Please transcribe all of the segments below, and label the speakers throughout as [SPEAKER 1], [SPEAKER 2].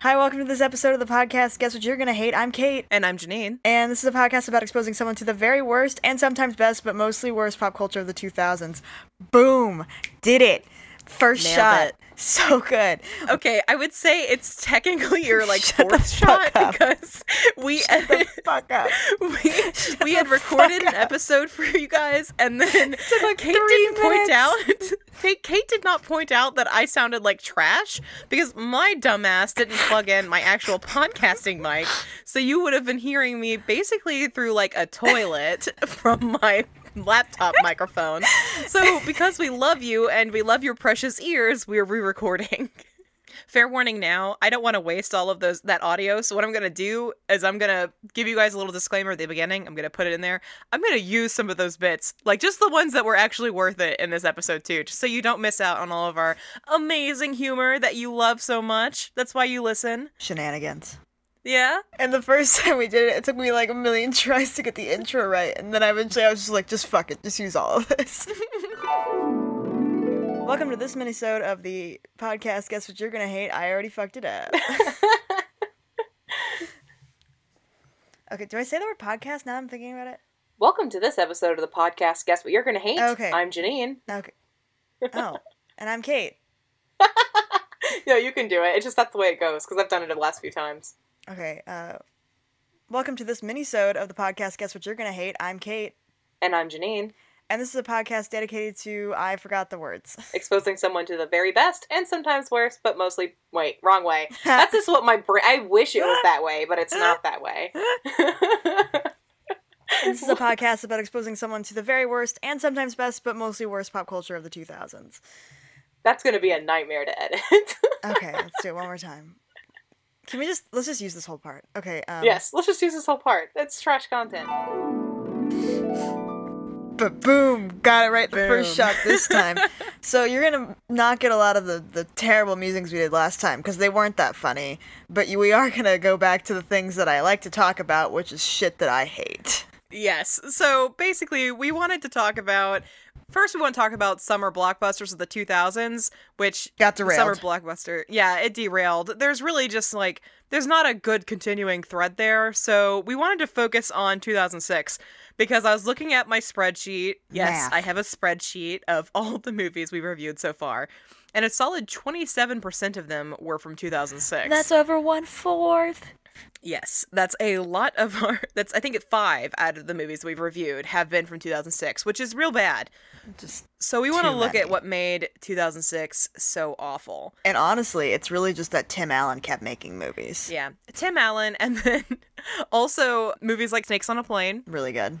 [SPEAKER 1] Hi, welcome to this episode of the podcast. Guess what you're gonna hate? I'm Kate,
[SPEAKER 2] And I'm Janine.
[SPEAKER 1] and this is a podcast about exposing someone to the very worst and sometimes best, but mostly worst pop culture of the 2000s. Boom! Did it! First
[SPEAKER 2] Nailed
[SPEAKER 1] shot.
[SPEAKER 2] it.
[SPEAKER 1] So good.
[SPEAKER 2] Okay, I would say it's technically your like
[SPEAKER 1] Shut the
[SPEAKER 2] fourth shot
[SPEAKER 1] fuck up.
[SPEAKER 2] because we
[SPEAKER 1] The
[SPEAKER 2] edit,
[SPEAKER 1] fuck up.
[SPEAKER 2] we, we had recorded an episode for you guys, and then
[SPEAKER 1] like
[SPEAKER 2] Kate
[SPEAKER 1] three
[SPEAKER 2] didn't
[SPEAKER 1] minutes.
[SPEAKER 2] point out. Kate, Kate did not point out that I sounded like trash because my dumbass didn't plug in my actual podcasting mic, so you would have been hearing me basically through like a toilet from my laptop microphone. So because we love you and we love your precious ears, we're re-recording. Fair warning now, I don't want to waste all of those that audio. So what I'm gonna do is I'm gonna give you guys a little disclaimer at the beginning. I'm gonna put it in there. I'm gonna use some of those bits, like just the ones that were actually worth it in this episode too, just so you don't miss out on all of our amazing humor that you love so much. That's why you listen.
[SPEAKER 1] Shenanigans.
[SPEAKER 2] Yeah.
[SPEAKER 1] And the first time we did it, it took me like a million tries to get the intro right, and then eventually I was just like, just fuck it, just use all of this. Welcome to this minisode of the podcast. Guess what you're gonna hate? I already fucked it up. okay, do I say the word podcast? Now I'm thinking about it.
[SPEAKER 2] Welcome to this episode of the podcast. Guess what you're gonna hate?
[SPEAKER 1] Okay.
[SPEAKER 2] I'm Janine.
[SPEAKER 1] Okay. Oh, and I'm Kate.
[SPEAKER 2] No, you can do it. It's just that's the way it goes because I've done it the last few times.
[SPEAKER 1] Okay. Uh, welcome to this minisode of the podcast. Guess what you're gonna hate? I'm Kate,
[SPEAKER 2] And I'm Janine.
[SPEAKER 1] and this is a podcast dedicated to I forgot the words.
[SPEAKER 2] exposing someone to the very best and sometimes worse, but mostly wait, wrong way. That's just what my brain. I wish it was that way, but it's not that way.
[SPEAKER 1] This is a podcast about exposing someone to the very worst and sometimes best, but mostly worst pop culture of the 2000s.
[SPEAKER 2] That's gonna be a nightmare to edit.
[SPEAKER 1] Okay, let's do it one more time. Can we just let's just use this whole part? Okay. Um,
[SPEAKER 2] yes, let's just use this whole part. That's trash content.
[SPEAKER 1] But boom, got it right the first
[SPEAKER 2] Boom.
[SPEAKER 1] shot this time. so you're gonna not get a lot of the the terrible musings we did last time because they weren't that funny. But you, we are gonna go back to the things that I like to talk about, which is shit that I hate.
[SPEAKER 2] Yes. So basically, we wanted to talk about. First, we want to talk about summer blockbusters of the 2000s, which
[SPEAKER 1] Got
[SPEAKER 2] the
[SPEAKER 1] derailed.
[SPEAKER 2] Summer blockbuster. Yeah, it derailed. There's really just like, there's not a good continuing thread there. So we wanted to focus on 2006 because I was looking at my spreadsheet. Yes,
[SPEAKER 1] Math.
[SPEAKER 2] I have a spreadsheet of all the movies we've reviewed so far. And a solid 27% of them were from 2006.
[SPEAKER 1] over one fourth.
[SPEAKER 2] Yes, that's a lot of our. That's I think five out of the movies we've reviewed have been from 2006, which is real bad.
[SPEAKER 1] Just
[SPEAKER 2] So we want to
[SPEAKER 1] Too
[SPEAKER 2] look
[SPEAKER 1] many.
[SPEAKER 2] at what made 2006 so awful.
[SPEAKER 1] and honestly, it's really just that Tim Allen kept making movies.
[SPEAKER 2] Yeah, Tim Allen, and then also movies like Snakes on a Plane.
[SPEAKER 1] Really good.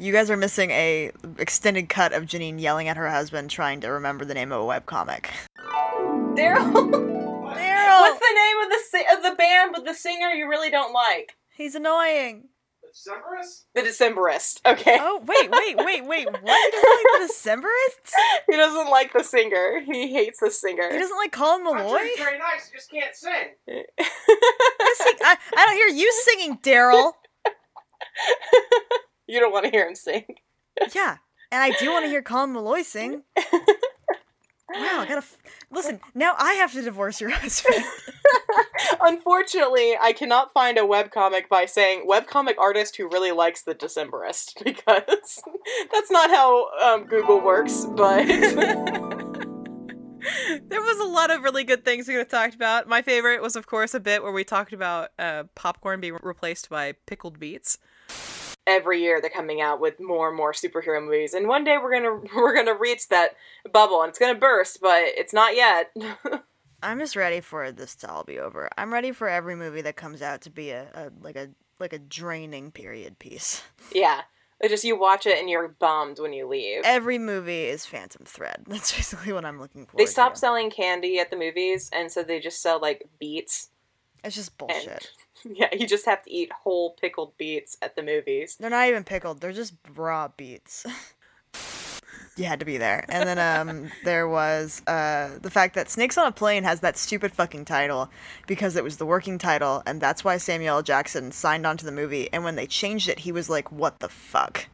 [SPEAKER 1] you guys are missing a extended cut of Janine yelling at her husband trying to remember the name of a webcomic.
[SPEAKER 2] Daryl,
[SPEAKER 1] Daryl,
[SPEAKER 2] the name of the si- of the band with the singer you really don't like?
[SPEAKER 1] he's annoying.
[SPEAKER 3] Severus?
[SPEAKER 2] The Decemberists. Okay,
[SPEAKER 1] Oh wait, wait, wait, wait. What? He doesn't like the Decemberists?
[SPEAKER 2] he doesn't like the singer. He hates the singer.
[SPEAKER 1] He doesn't like Colin Malloy.
[SPEAKER 3] I'm very nice, I just can't sing.
[SPEAKER 1] Yes, he- I, I don't hear you singing, Daryl.
[SPEAKER 2] you don't want to hear him sing.
[SPEAKER 1] Yeah, and I do want to hear Colin Malloy sing. Wow, I gotta f- listen. Now I have to divorce your husband.
[SPEAKER 2] Unfortunately, I cannot find a webcomic by saying webcomic artist who really likes the Decemberist because that's not how um, Google works, but. There was a lot of really good things we could have talked about. My favorite was, of course, a bit where we talked about uh, popcorn being replaced by pickled beets. Every year they're coming out with more and more superhero movies, and one day we're gonna we're gonna reach that bubble, and it's gonna burst, but it's not yet.
[SPEAKER 1] I'm just ready for this to all be over. I'm ready for every movie that comes out to be a, a like a like a draining period piece.
[SPEAKER 2] Yeah. It's just you watch it and you're bummed when you leave.
[SPEAKER 1] Every movie is Phantom Thread. That's basically what I'm looking for.
[SPEAKER 2] they stopped selling candy at the movies and so they just sell like beets.
[SPEAKER 1] It's just
[SPEAKER 2] And
[SPEAKER 1] bullshit.
[SPEAKER 2] yeah, you just have to eat whole pickled beets at the movies.
[SPEAKER 1] They're not even pickled. They're just raw beets. you had to be there. And then um, there was uh, the fact that Snakes on a Plane has that stupid fucking title because it was the working title, and that's why Samuel L. Jackson signed on to the movie. And when they changed it, he was like, "What the fuck."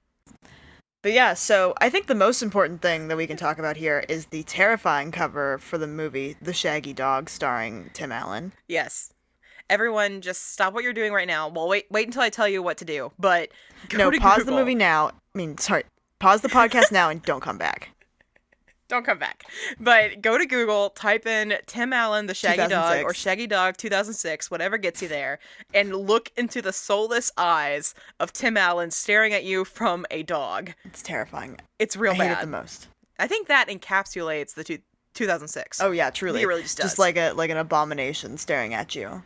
[SPEAKER 1] But yeah, so I think the most important thing that we can talk about here is the terrifying cover for the movie The Shaggy Dog starring Tim Allen.
[SPEAKER 2] Yes. Everyone, just stop what you're doing right now. Well, wait, wait until I tell you what to do. But go
[SPEAKER 1] no,
[SPEAKER 2] to
[SPEAKER 1] pause
[SPEAKER 2] Google.
[SPEAKER 1] the movie now. I mean, sorry. Pause the podcast now and don't come back.
[SPEAKER 2] Don't come back. But go to Google, type in Tim Allen, the Shaggy Dog,
[SPEAKER 1] 2006.
[SPEAKER 2] or Shaggy Dog 2006, whatever gets you there, and look into the soulless eyes of Tim Allen staring at you from a dog.
[SPEAKER 1] It's terrifying.
[SPEAKER 2] It's real
[SPEAKER 1] I hate it the
[SPEAKER 2] bad.
[SPEAKER 1] most.
[SPEAKER 2] I think that encapsulates the two- 2006.
[SPEAKER 1] Oh yeah, truly.
[SPEAKER 2] It really just does.
[SPEAKER 1] like a like an abomination staring at you.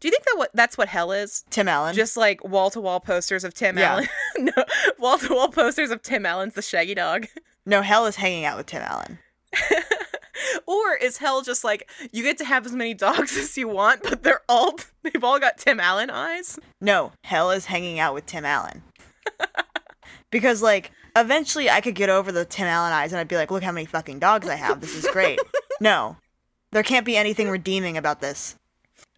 [SPEAKER 2] Do you think that what that's what hell is?
[SPEAKER 1] Tim Allen.
[SPEAKER 2] Just like wall to wall posters of Tim
[SPEAKER 1] Yeah.
[SPEAKER 2] Allen. no, wall to wall posters of Tim Allen's the Shaggy Dog.
[SPEAKER 1] no, hell is hanging out with Tim Allen.
[SPEAKER 2] Or is hell just like you get to have as many dogs as you want, but they're all they've all got Tim Allen eyes?
[SPEAKER 1] No, hell is hanging out with Tim Allen. because like eventually I could get over the Tim Allen eyes and I'd be like, look how many fucking dogs I have. This is great. no. There can't be anything redeeming about this.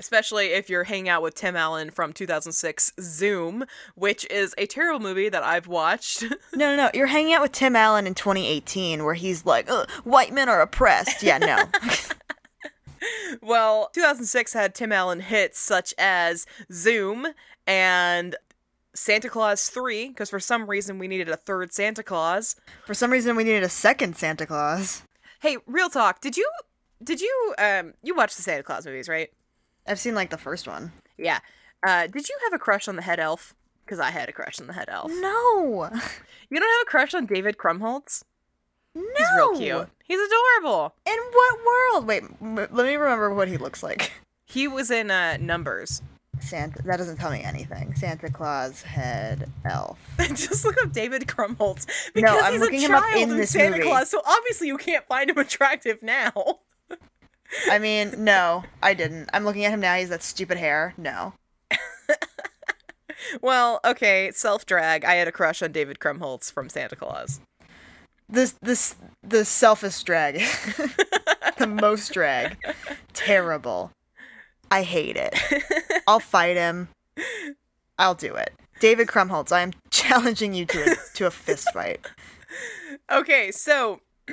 [SPEAKER 2] Especially if you're hanging out with Tim Allen from 2006 Zoom, which is a terrible movie that I've watched.
[SPEAKER 1] No, no, no. You're hanging out with Tim Allen in 2018 where he's like, Ugh, white men are oppressed. Yeah, no.
[SPEAKER 2] well, 2006 had Tim Allen hits such as Zoom and Santa Claus 3, because for some reason we needed a third Santa Claus.
[SPEAKER 1] For some reason we needed a second Santa Claus.
[SPEAKER 2] Hey, real talk. Did you did you um you watched the Santa Claus movies, right?
[SPEAKER 1] I've seen like the first one.
[SPEAKER 2] Yeah. Uh did you have a crush on the head elf? Cuz I had a crush on the head elf.
[SPEAKER 1] No.
[SPEAKER 2] You don't have a crush on David Krumholtz?
[SPEAKER 1] No.
[SPEAKER 2] He's real cute. He's adorable.
[SPEAKER 1] In what world? Wait, m- let me remember what he looks like.
[SPEAKER 2] He was in uh Numbers.
[SPEAKER 1] Santa. That doesn't tell me anything. Santa Claus head elf.
[SPEAKER 2] Just look up David Krumholtz because
[SPEAKER 1] I'm
[SPEAKER 2] he's
[SPEAKER 1] looking
[SPEAKER 2] a
[SPEAKER 1] him up
[SPEAKER 2] child
[SPEAKER 1] in this
[SPEAKER 2] Santa
[SPEAKER 1] movie.
[SPEAKER 2] Claus, so obviously you can't find him attractive now.
[SPEAKER 1] I mean, no, I didn't. I'm looking at him now. He's that stupid hair. No.
[SPEAKER 2] Well, okay, self drag. I had a crush on David Krumholtz from Santa Claus.
[SPEAKER 1] This this the selfish drag. the most drag. Terrible. I hate it. I'll fight him. I'll do it. David Krumholtz, I am challenging you to a, to a fist fight.
[SPEAKER 2] Okay, so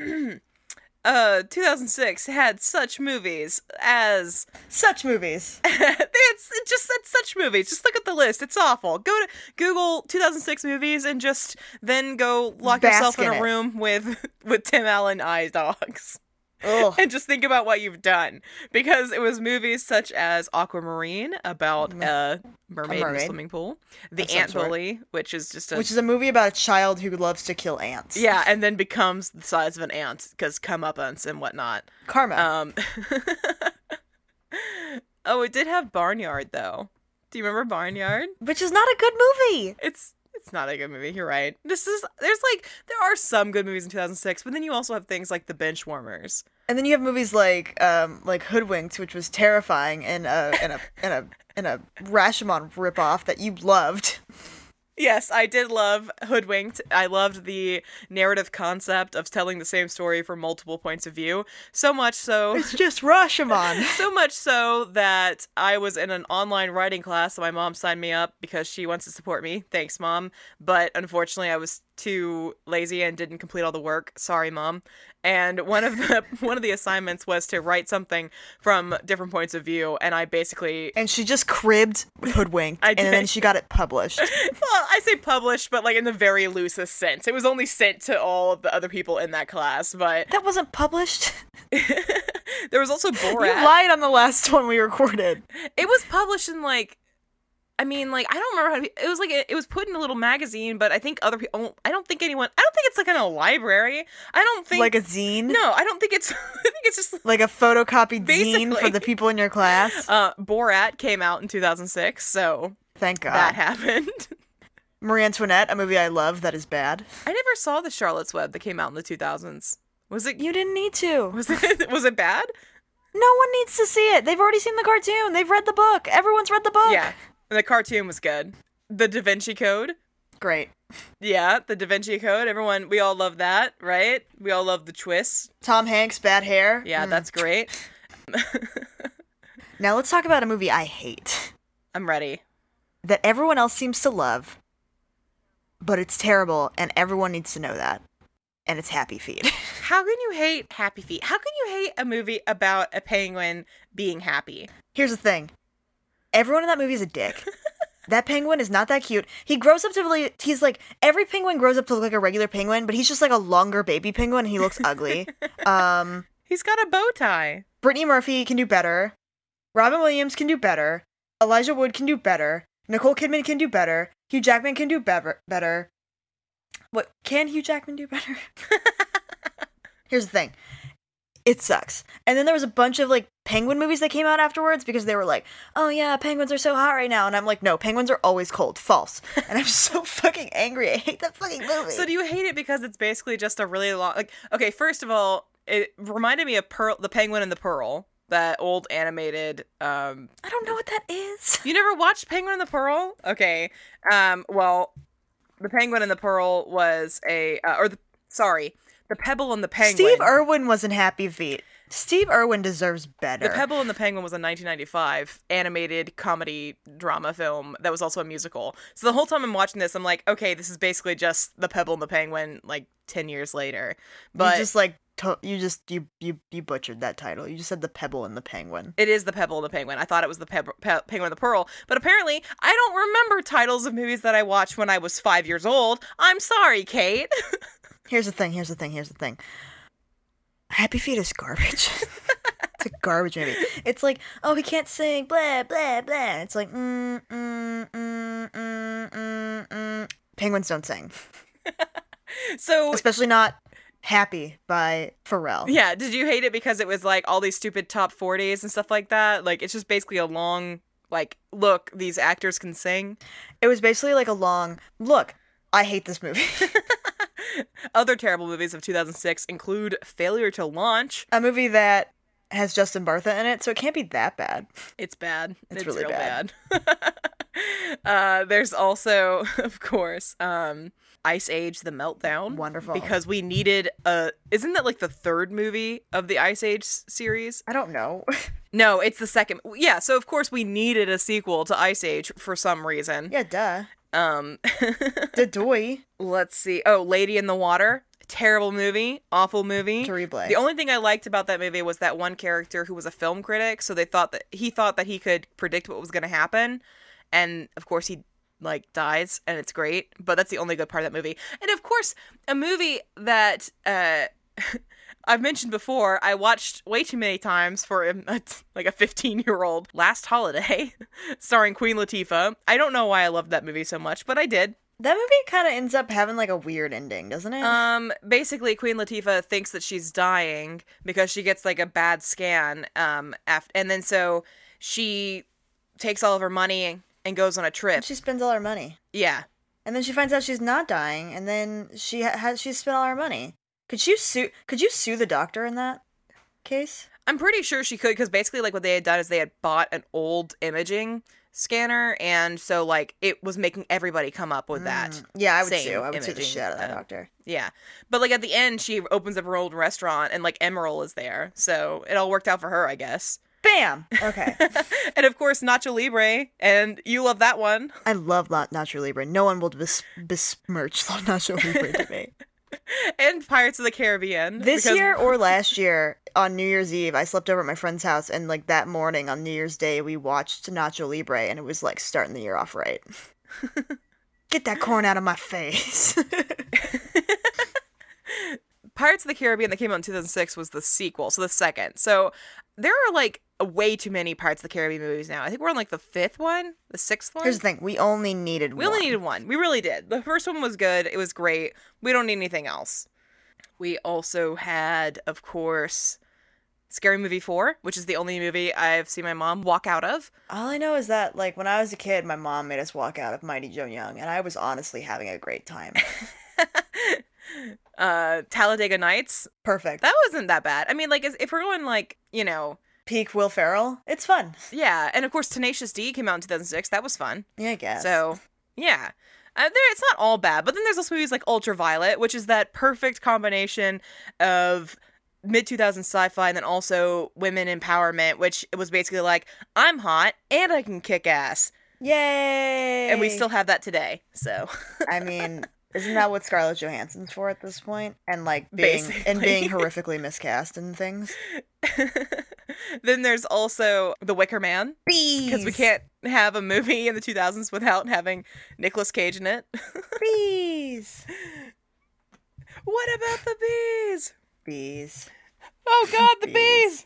[SPEAKER 2] uh 2006 had such movies as
[SPEAKER 1] Such movies.
[SPEAKER 2] it's it just said such movies. Just look at the list. It's awful. Go to Google 2006 movies and just then go lock
[SPEAKER 1] Bask
[SPEAKER 2] yourself in
[SPEAKER 1] in
[SPEAKER 2] a
[SPEAKER 1] it.
[SPEAKER 2] room with with Tim Allen eye dogs
[SPEAKER 1] Ugh.
[SPEAKER 2] and just think about what you've done because it was movies such as Aquamarine about a uh, mermaid, in a
[SPEAKER 1] Mm-hmm. mermaid.
[SPEAKER 2] swimming pool, The
[SPEAKER 1] Of some
[SPEAKER 2] Ant
[SPEAKER 1] sort.
[SPEAKER 2] Bully, which is just a
[SPEAKER 1] Which is a movie about a child who loves to kill ants.
[SPEAKER 2] yeah, and then becomes the size of an ant because comeuppance and whatnot.
[SPEAKER 1] Karma.
[SPEAKER 2] Um, oh, it did have Barnyard though. Do you remember Barnyard?
[SPEAKER 1] which is not a good movie.
[SPEAKER 2] It's it's not a good movie. You're right. This is there's like there are some good movies in 2006, but then you also have things like The Benchwarmers.
[SPEAKER 1] And then you have movies like um like Hoodwinked, which was terrifying and a and a and a and a Rashomon ripoff that you loved.
[SPEAKER 2] Yes, I did love Hoodwinked. I loved the narrative concept of telling the same story from multiple points of view. So much so
[SPEAKER 1] It's just Rashomon.
[SPEAKER 2] so much so that I was in an online writing class and my mom signed me up because she wants to support me. Thanks, mom. But unfortunately, I was too lazy and didn't complete all the work. Sorry, mom. And one of the one of the assignments was to write something from different points of view, and I basically
[SPEAKER 1] And she just cribbed Hoodwinked,
[SPEAKER 2] I
[SPEAKER 1] and then
[SPEAKER 2] did.
[SPEAKER 1] she got it published.
[SPEAKER 2] well, I say published, but like in the very loosest sense. It was only sent to all of the other people in that class, but
[SPEAKER 1] That wasn't published.
[SPEAKER 2] there was also Borat.
[SPEAKER 1] You lied on the last one we recorded.
[SPEAKER 2] It was published in like, I mean, like I don't remember how to, it was like it, it was put in a little magazine, but I think other people. I don't think anyone. I don't think it's like in a library. I don't think
[SPEAKER 1] Like a zine.
[SPEAKER 2] no. I don't think it's. I think it's just.
[SPEAKER 1] Like a photocopied zine
[SPEAKER 2] Basically.
[SPEAKER 1] for the people in your class.
[SPEAKER 2] Uh, Borat came out in 2006, so
[SPEAKER 1] Thank God.
[SPEAKER 2] that happened.
[SPEAKER 1] Marie Antoinette, a movie I love that is bad.
[SPEAKER 2] I never saw the Charlotte's Web that came out in the 2000s. Was it?
[SPEAKER 1] You didn't need to.
[SPEAKER 2] Was it? Was it bad?
[SPEAKER 1] No one needs to see it. They've already seen the cartoon. They've read the book. Everyone's read the book.
[SPEAKER 2] Yeah. And the cartoon was good. The Da Vinci Code.
[SPEAKER 1] Great.
[SPEAKER 2] Yeah, the Da Vinci Code. Everyone, we all love that, right? We all love the twist.
[SPEAKER 1] Tom Hanks, bad hair.
[SPEAKER 2] Yeah,
[SPEAKER 1] Mm.
[SPEAKER 2] that's great.
[SPEAKER 1] Now let's talk about a movie I hate
[SPEAKER 2] I'm ready.
[SPEAKER 1] that everyone else seems to love but it's terrible, and everyone needs to know that. And it's Happy Feet.
[SPEAKER 2] How can you hate Happy Feet? How can you hate a movie about a penguin being happy?
[SPEAKER 1] Here's the thing everyone in that movie is a dick. that penguin is not that cute. He grows up to really, he's like, every penguin grows up to look like a regular penguin, but he's just like a longer baby penguin, and he looks ugly. um,
[SPEAKER 2] He's got a bow tie.
[SPEAKER 1] Brittany Murphy can do better. Robin Williams can do better. Elijah Wood can do better. Nicole Kidman can do better. Hugh Jackman can do better. Better. What can Hugh Jackman do better? Here's the thing. It sucks. And then there was a bunch of like penguin movies that came out afterwards because they were like, "Oh yeah, penguins are so hot right now." And I'm like, "No, penguins are always cold. False." And I'm so fucking angry. I hate that fucking movie.
[SPEAKER 2] So do you hate it because it's basically just a really long like okay, first of all, it reminded me of Pearl the Penguin and the Pearl, that old animated um
[SPEAKER 1] I don't know what that is.
[SPEAKER 2] You never watched Penguin and the Pearl? Okay. Um well, The Penguin and the Pearl was a uh, or the sorry, The Pebble and the Penguin.
[SPEAKER 1] Steve Irwin was in Happy Feet. Steve Irwin deserves better.
[SPEAKER 2] The Pebble and the Penguin was a 1995 animated comedy drama film that was also a musical. So the whole time I'm watching this, I'm like, okay, this is basically just The Pebble and the Penguin, like 10 years later. But
[SPEAKER 1] you just like to- you just you you you butchered that title. You just said the pebble and the penguin.
[SPEAKER 2] it is The Pebble and the Penguin. I thought it was The Peb- Pe- Penguin and the Pearl. But apparently, I don't remember titles of movies that I watched when I was five years old. I'm sorry, Kate.
[SPEAKER 1] Here's the thing. Here's the thing. Here's the thing. Happy Feet is garbage. it's a garbage movie. It's like oh he can't sing blah blah blah. It's like mm mm mm mm mm. mm. Penguins don't sing,
[SPEAKER 2] so
[SPEAKER 1] especially not "Happy" by Pharrell.
[SPEAKER 2] Yeah, did you hate it because it was like all these stupid top 40s and stuff like that? Like it's just basically a long like look, these actors can sing.
[SPEAKER 1] It was basically like a long look. I hate this movie.
[SPEAKER 2] Other terrible movies of 2006 include Failure to Launch.
[SPEAKER 1] a movie that has Justin Bartha in it, so it can't be that bad.
[SPEAKER 2] It's bad.
[SPEAKER 1] It's really
[SPEAKER 2] real
[SPEAKER 1] bad.
[SPEAKER 2] uh, there's also, of course, um, Ice Age: The Meltdown.
[SPEAKER 1] Wonderful.
[SPEAKER 2] Because we needed a. Isn't that like the third movie of the Ice Age s- series?
[SPEAKER 1] I don't know.
[SPEAKER 2] No, it's the second. Yeah, so of course we needed a sequel to Ice Age for some reason.
[SPEAKER 1] yeah, duh.
[SPEAKER 2] Um,
[SPEAKER 1] Dadoy.
[SPEAKER 2] let's see. Oh, Lady in the Water. Terrible movie. Awful movie.
[SPEAKER 1] To replay.
[SPEAKER 2] The only thing I liked about that movie was that one character who was a film critic, so they thought that he thought that he could predict what was going to happen, and of course he like dies, and it's great. But that's the only good part of that movie. And of course, a movie that uh, I've mentioned before, I watched way too many times for a, a- like a 15 year old. Last Holiday, starring Queen Latifah. I don't know why I loved that movie so much, but I did.
[SPEAKER 1] That movie kind of ends up having like a weird ending, doesn't it?
[SPEAKER 2] Um, basically, Queen Latifah thinks that she's dying because she gets like a bad scan. Um, after, and then so she takes all of her money and goes on a trip.
[SPEAKER 1] she spends all her money,
[SPEAKER 2] yeah,
[SPEAKER 1] and then she finds out she's not dying, and then she ha- has she spent all her money. Could you sue? Could you sue the doctor in that case?
[SPEAKER 2] I'm pretty sure she could because basically, like what they had done is they had bought an old imaging scanner, and so like it was making everybody come up with that.
[SPEAKER 1] Mm, Yeah, I would
[SPEAKER 2] Same
[SPEAKER 1] sue. I would sue the
[SPEAKER 2] imaging,
[SPEAKER 1] shit out of that
[SPEAKER 2] uh,
[SPEAKER 1] doctor.
[SPEAKER 2] Yeah, but like at the end, she opens up her old restaurant, and like Emerald is there, so it all worked out for her, I guess.
[SPEAKER 1] Bam. Okay.
[SPEAKER 2] and of course, Nacho Libre, and you love that one.
[SPEAKER 1] I love La- Nacho Libre. No one will bes- besmirch La Nacho Libre to me.
[SPEAKER 2] and Pirates of the Caribbean.
[SPEAKER 1] This
[SPEAKER 2] because-
[SPEAKER 1] year or last year on New Year's Eve, I slept over at my friend's house, and like that morning on New Year's Day, we watched Nacho Libre, and it was like starting the year off right. Get that corn out of my face.
[SPEAKER 2] Pirates of the Caribbean that came out in 2006 was the sequel, so the second. So there are like way too many Pirates of the Caribbean movies now. I think we're on like the fifth one, the sixth one.
[SPEAKER 1] Here's the thing: we only needed
[SPEAKER 2] we
[SPEAKER 1] one.
[SPEAKER 2] only needed one. We really did. The first one was good. It was great. We don't need anything else. We also had, of course, Scary Movie 4, which is the only movie I've seen my mom walk out of.
[SPEAKER 1] All I know is that like when I was a kid, my mom made us walk out of Mighty Joe Young, and I was honestly having a great time.
[SPEAKER 2] Uh, Talladega Nights.
[SPEAKER 1] Perfect.
[SPEAKER 2] That wasn't that bad. I mean, like, if if we're going, like, you know,
[SPEAKER 1] Peak Will Ferrell. It's fun.
[SPEAKER 2] Yeah, and of course Tenacious D came out in 2006. That was fun.
[SPEAKER 1] Yeah, I guess.
[SPEAKER 2] So, yeah. Uh, there, it's not all bad, but then there's also movies like Ultraviolet, which is that perfect combination of mid 2000s sci-fi and then also women empowerment, which was basically like I'm hot and I can kick ass.
[SPEAKER 1] Yay!
[SPEAKER 2] and we still have that today. So
[SPEAKER 1] I mean, isn't that what Scarlett Johansson's for at this point? And like being and being horrifically miscast and things.
[SPEAKER 2] then there's also The Wicker Man
[SPEAKER 1] Bees.
[SPEAKER 2] because we can't have a movie in the 2000s without having Nicolas Cage in it.
[SPEAKER 1] bees.
[SPEAKER 2] what about the bees?
[SPEAKER 1] Bees.
[SPEAKER 2] Oh God, the
[SPEAKER 1] Bees.
[SPEAKER 2] bees!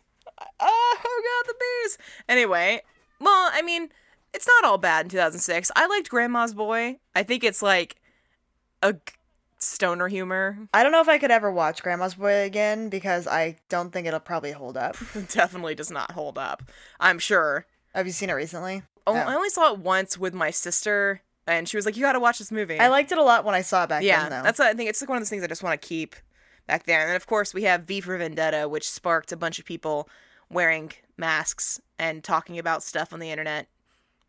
[SPEAKER 2] Oh, oh God, the bees! Anyway, well, I mean, it's not all bad in 2006. I liked Grandma's Boy. I think it's like a g- stoner humor.
[SPEAKER 1] I don't know if I could ever watch Grandma's Boy again because I don't think it'll probably hold up.
[SPEAKER 2] Definitely does not hold up. I'm sure.
[SPEAKER 1] Have you seen it recently?
[SPEAKER 2] Oh,
[SPEAKER 1] Oh.
[SPEAKER 2] I only saw it once with my sister, and she was like, "You got to watch this movie."
[SPEAKER 1] I liked it a lot when I saw it back
[SPEAKER 2] yeah,
[SPEAKER 1] then, though.
[SPEAKER 2] that's what I think. It's like one of those things I just want to keep back there. And then of course we have V for Vendetta, which sparked a bunch of people wearing masks and talking about stuff on the internet,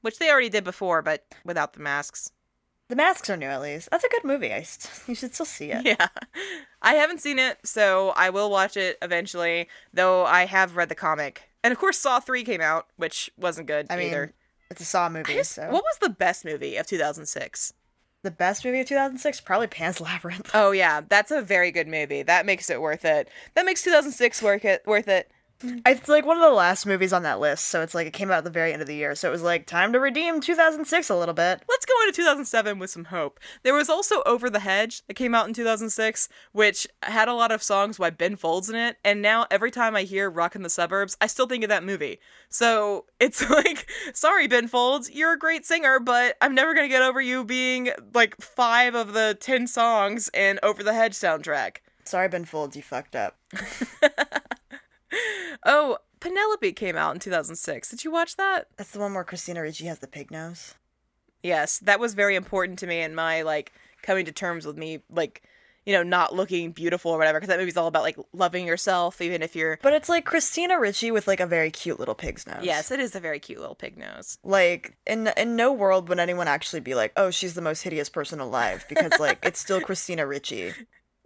[SPEAKER 2] which they already did before, but without the masks.
[SPEAKER 1] the masks are new, at least. That's a good movie. I st- you should still see it.
[SPEAKER 2] Yeah. I haven't seen it, so I will watch it eventually, though I have read the comic. And of course Saw 3 came out, which wasn't good
[SPEAKER 1] I mean,
[SPEAKER 2] either.
[SPEAKER 1] it's a Saw
[SPEAKER 2] I
[SPEAKER 1] movie,
[SPEAKER 2] just-
[SPEAKER 1] so
[SPEAKER 2] What was the best movie of 2006?
[SPEAKER 1] the best movie of 2006 probably Pan's Labyrinth.
[SPEAKER 2] Oh yeah, that's a very good movie. That makes it worth it. That makes 2006 worth it. Worth it.
[SPEAKER 1] It's like one of the last movies on that list, so it's like it came out at the very end of the year, so it was like time to redeem 2006 a little bit.
[SPEAKER 2] Let's go into 2007 with some hope. There was also Over the Hedge that came out in 2006, which had a lot of songs by Ben Folds in it. And now every time I hear Rock in the Suburbs, I still think of that movie. So it's like, sorry, Ben Folds, you're a great singer, but I'm never going to get over you being like five of the 10 songs in Over the Hedge soundtrack.
[SPEAKER 1] Sorry, Ben Folds, you fucked up.
[SPEAKER 2] Oh, Penelope came out in 2006. Did you watch that?
[SPEAKER 1] That's the one where Christina Ricci has the pig nose.
[SPEAKER 2] Yes, that was very important to me and my like coming to terms with me like you know not looking beautiful or whatever because that movie's all about like loving yourself even if you're
[SPEAKER 1] But it's like Christina Ricci with like a very cute little pig's nose.
[SPEAKER 2] Yes, it is a very cute little pig nose.
[SPEAKER 1] Like in in no world would anyone actually be like, "Oh, she's the most hideous person alive" because like it's still Christina Ricci.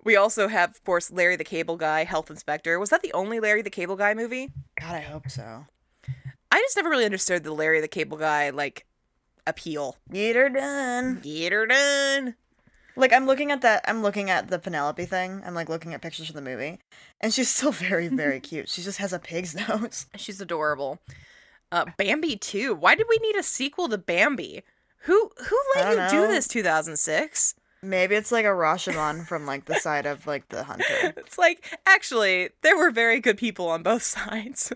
[SPEAKER 2] We also have of course Larry the Cable Guy, Health Inspector. Was that the only Larry the Cable Guy movie?
[SPEAKER 1] God, I hope so.
[SPEAKER 2] I just never really understood the Larry the Cable Guy like appeal.
[SPEAKER 1] Get her done.
[SPEAKER 2] Get her done.
[SPEAKER 1] Like I'm looking at that. I'm looking at the Penelope thing. I'm like looking at pictures from the movie, and she's still very very cute. She just has a pig's nose.
[SPEAKER 2] She's adorable. Uh, Bambi 2. Why did we need a sequel to Bambi? Who who
[SPEAKER 1] I
[SPEAKER 2] let you
[SPEAKER 1] don't
[SPEAKER 2] do
[SPEAKER 1] know.
[SPEAKER 2] this 2006?
[SPEAKER 1] Maybe it's like a Rashomon from like the side of like the hunter.
[SPEAKER 2] it's like actually there were very good people on both sides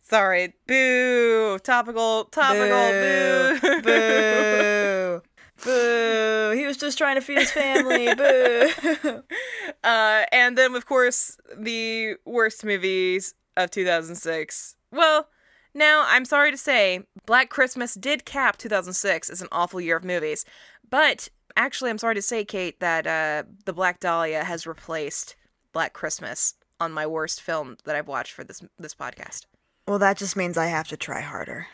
[SPEAKER 2] sorry boo topical topical boo
[SPEAKER 1] boo, boo. He was just trying to feed his family. Boo.
[SPEAKER 2] uh and then of course the worst movies of 2006 well now i'm sorry to say black christmas did cap 2006 as an awful year of movies but actually i'm sorry to say kate that uh the black dahlia has replaced black christmas on my worst film that i've watched for this this podcast
[SPEAKER 1] Well, that just means I have to try harder.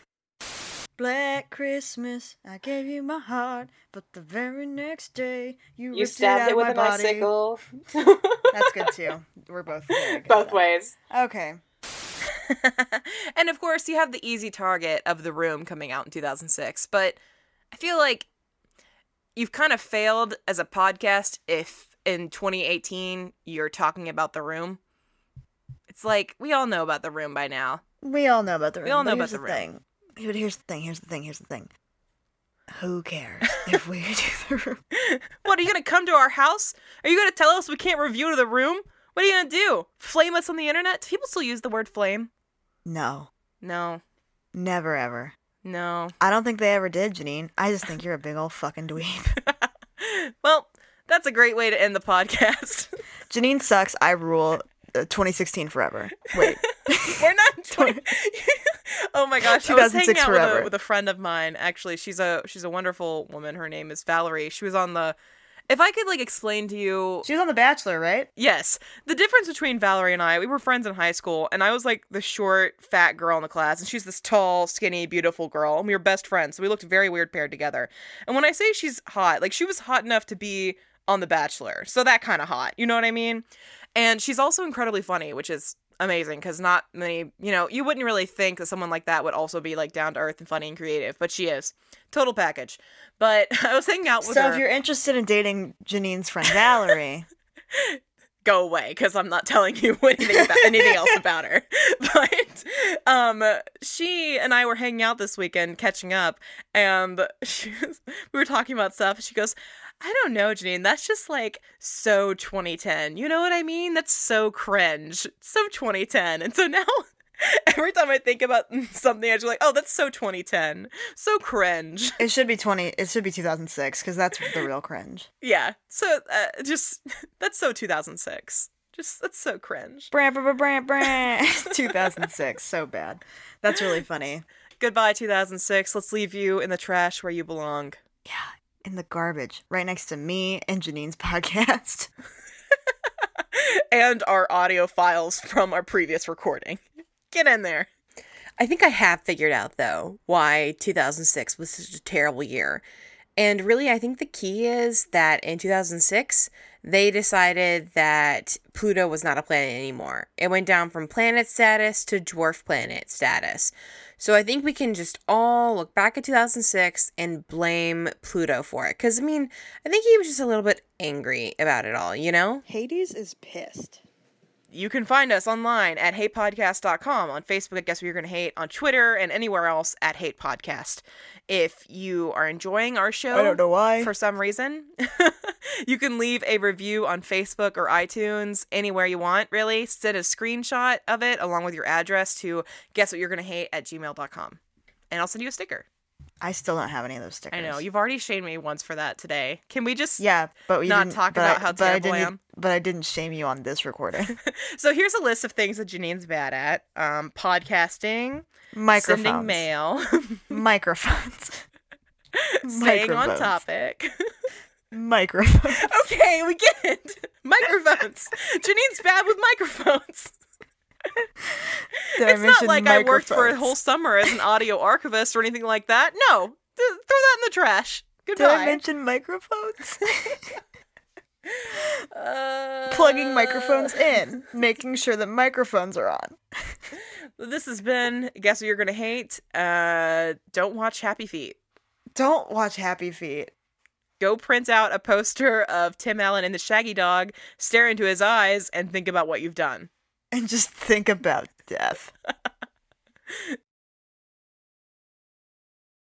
[SPEAKER 1] Black Christmas, I gave you my heart, but the very next day you,
[SPEAKER 2] You
[SPEAKER 1] ripped
[SPEAKER 2] stabbed
[SPEAKER 1] it,
[SPEAKER 2] it
[SPEAKER 1] out
[SPEAKER 2] with
[SPEAKER 1] of
[SPEAKER 2] an
[SPEAKER 1] my body.
[SPEAKER 2] icicle.
[SPEAKER 1] That's good too. We're both very good
[SPEAKER 2] Both
[SPEAKER 1] at
[SPEAKER 2] ways.
[SPEAKER 1] that. Okay.
[SPEAKER 2] and of course, you have the easy target of The Room coming out in 2006. But I feel like you've kind of failed as a podcast if in 2018 you're talking about The Room. It's like we all know about The Room by now.
[SPEAKER 1] We all know about the room.
[SPEAKER 2] We all
[SPEAKER 1] but
[SPEAKER 2] know about
[SPEAKER 1] here's
[SPEAKER 2] the
[SPEAKER 1] the,
[SPEAKER 2] room.
[SPEAKER 1] thing. But here's the thing. Here's the thing. Here's the thing. Who cares if we do the room?
[SPEAKER 2] What are you going to come to our house? Are you going to tell us we can't review The Room? What are you going to do? Flame us on the internet? Do people still use the word flame?
[SPEAKER 1] No,
[SPEAKER 2] No.
[SPEAKER 1] never ever.
[SPEAKER 2] No.
[SPEAKER 1] I don't think they ever did, Janine. I just think you're a big old fucking dweeb.
[SPEAKER 2] Well, that's a great way to end the podcast.
[SPEAKER 1] Janine sucks. I rule. Uh, 2016 forever. Wait,
[SPEAKER 2] We're not. doing- oh my gosh! I was hanging
[SPEAKER 1] 2006
[SPEAKER 2] out with a,
[SPEAKER 1] forever.
[SPEAKER 2] with a friend of mine. Actually, she's a she's a wonderful woman. Her name is Valerie. She was on the. If I could like explain to you,
[SPEAKER 1] she was on The Bachelor, right?
[SPEAKER 2] yes, the difference between Valerie and I. We were friends in high school, and I was like the short, fat girl in the class, and she's this tall, skinny, beautiful girl, and we were best friends. So we looked very weird paired together. And when I say she's hot, like she was hot enough to be on The Bachelor, so that kind of hot. You know what I mean? And she's also incredibly funny, which is amazing because not many, you know, you wouldn't really think that someone like that would also be like down to earth and funny and creative, but she is. Total package. But I was hanging out with
[SPEAKER 1] So
[SPEAKER 2] her.
[SPEAKER 1] if you're interested in dating Janine's friend Valerie,
[SPEAKER 2] go away because I'm not telling you anything about anything else about her. But um, she and I were hanging out this weekend, catching up, and she was, we were talking about stuff. She goes, "I don't know, Janine. That's just like so 2010. You know what I mean? That's so cringe. So 2010." And so now. Every time I think about something, I'm just like, oh, that's so 2010. So cringe.
[SPEAKER 1] it should be 20 it should be 2006 cuz that's the real cringe.
[SPEAKER 2] Yeah. So uh, just, that's so 2006. Just, that's so cringe.
[SPEAKER 1] Bram, bram, bram, bram. 2006, so bad. That's really funny.
[SPEAKER 2] Goodbye, 2006. Let's leave you in the trash where you belong.
[SPEAKER 1] In the garbage, right next to me and Janine's podcast.
[SPEAKER 2] And our audio files from our previous recording. Get in there. I think I have figured out, though, why 2006 was such a terrible year. And really, I think the key is that in 2006, they decided that Pluto was not a planet anymore. It went down from planet status to dwarf planet status. So I think we can just all look back at 2006 and blame Pluto for it. Because, I mean, I think he was just a little bit angry about it all, you know?
[SPEAKER 4] Hades is pissed.
[SPEAKER 2] you can find us online at hatepodcast.com on facebook i guess we're going to hate on twitter and anywhere else at hate podcast if you are enjoying our show
[SPEAKER 1] I don't know why.
[SPEAKER 2] for some reason you can leave a review on facebook or itunes anywhere you want really send a screenshot of it along with your address to guess what you're going to hate at gmail.com and i'll send you a sticker
[SPEAKER 1] I still don't have any of those stickers.
[SPEAKER 2] i know you've already shamed me once for that today can we just
[SPEAKER 1] Yeah, but we
[SPEAKER 2] Not
[SPEAKER 1] didn't,
[SPEAKER 2] talk
[SPEAKER 1] but
[SPEAKER 2] about
[SPEAKER 1] I,
[SPEAKER 2] how
[SPEAKER 1] but I
[SPEAKER 2] terrible I
[SPEAKER 1] didn't- e,
[SPEAKER 2] am.
[SPEAKER 1] But I didn't shame you on this recording.
[SPEAKER 2] so here's a list of things that janine's bad at um, podcasting
[SPEAKER 1] Microphones.
[SPEAKER 2] sending mail
[SPEAKER 1] Microphones.
[SPEAKER 2] staying on
[SPEAKER 1] Microphones.
[SPEAKER 2] topic.
[SPEAKER 1] Microphones.
[SPEAKER 2] okay, we get it. Microphones. Janine's bad with microphones.
[SPEAKER 1] Did I
[SPEAKER 2] It's not
[SPEAKER 1] mention
[SPEAKER 2] like I worked for a
[SPEAKER 1] microphones?
[SPEAKER 2] whole summer as an audio archivist or anything like that. No, Th- throw that in the trash.
[SPEAKER 1] Did I
[SPEAKER 2] Goodbye.
[SPEAKER 1] mention microphones?
[SPEAKER 2] Uh,
[SPEAKER 1] Plugging microphones in, making sure that microphones are on.
[SPEAKER 2] Uh, This has been guess what you're gonna hate. Uh, don't watch Happy Feet.
[SPEAKER 1] Don't watch Happy Feet.
[SPEAKER 2] Go print out a poster of Tim Allen and the Shaggy Dog, stare into his eyes, and think about what you've done.
[SPEAKER 1] and just think about death.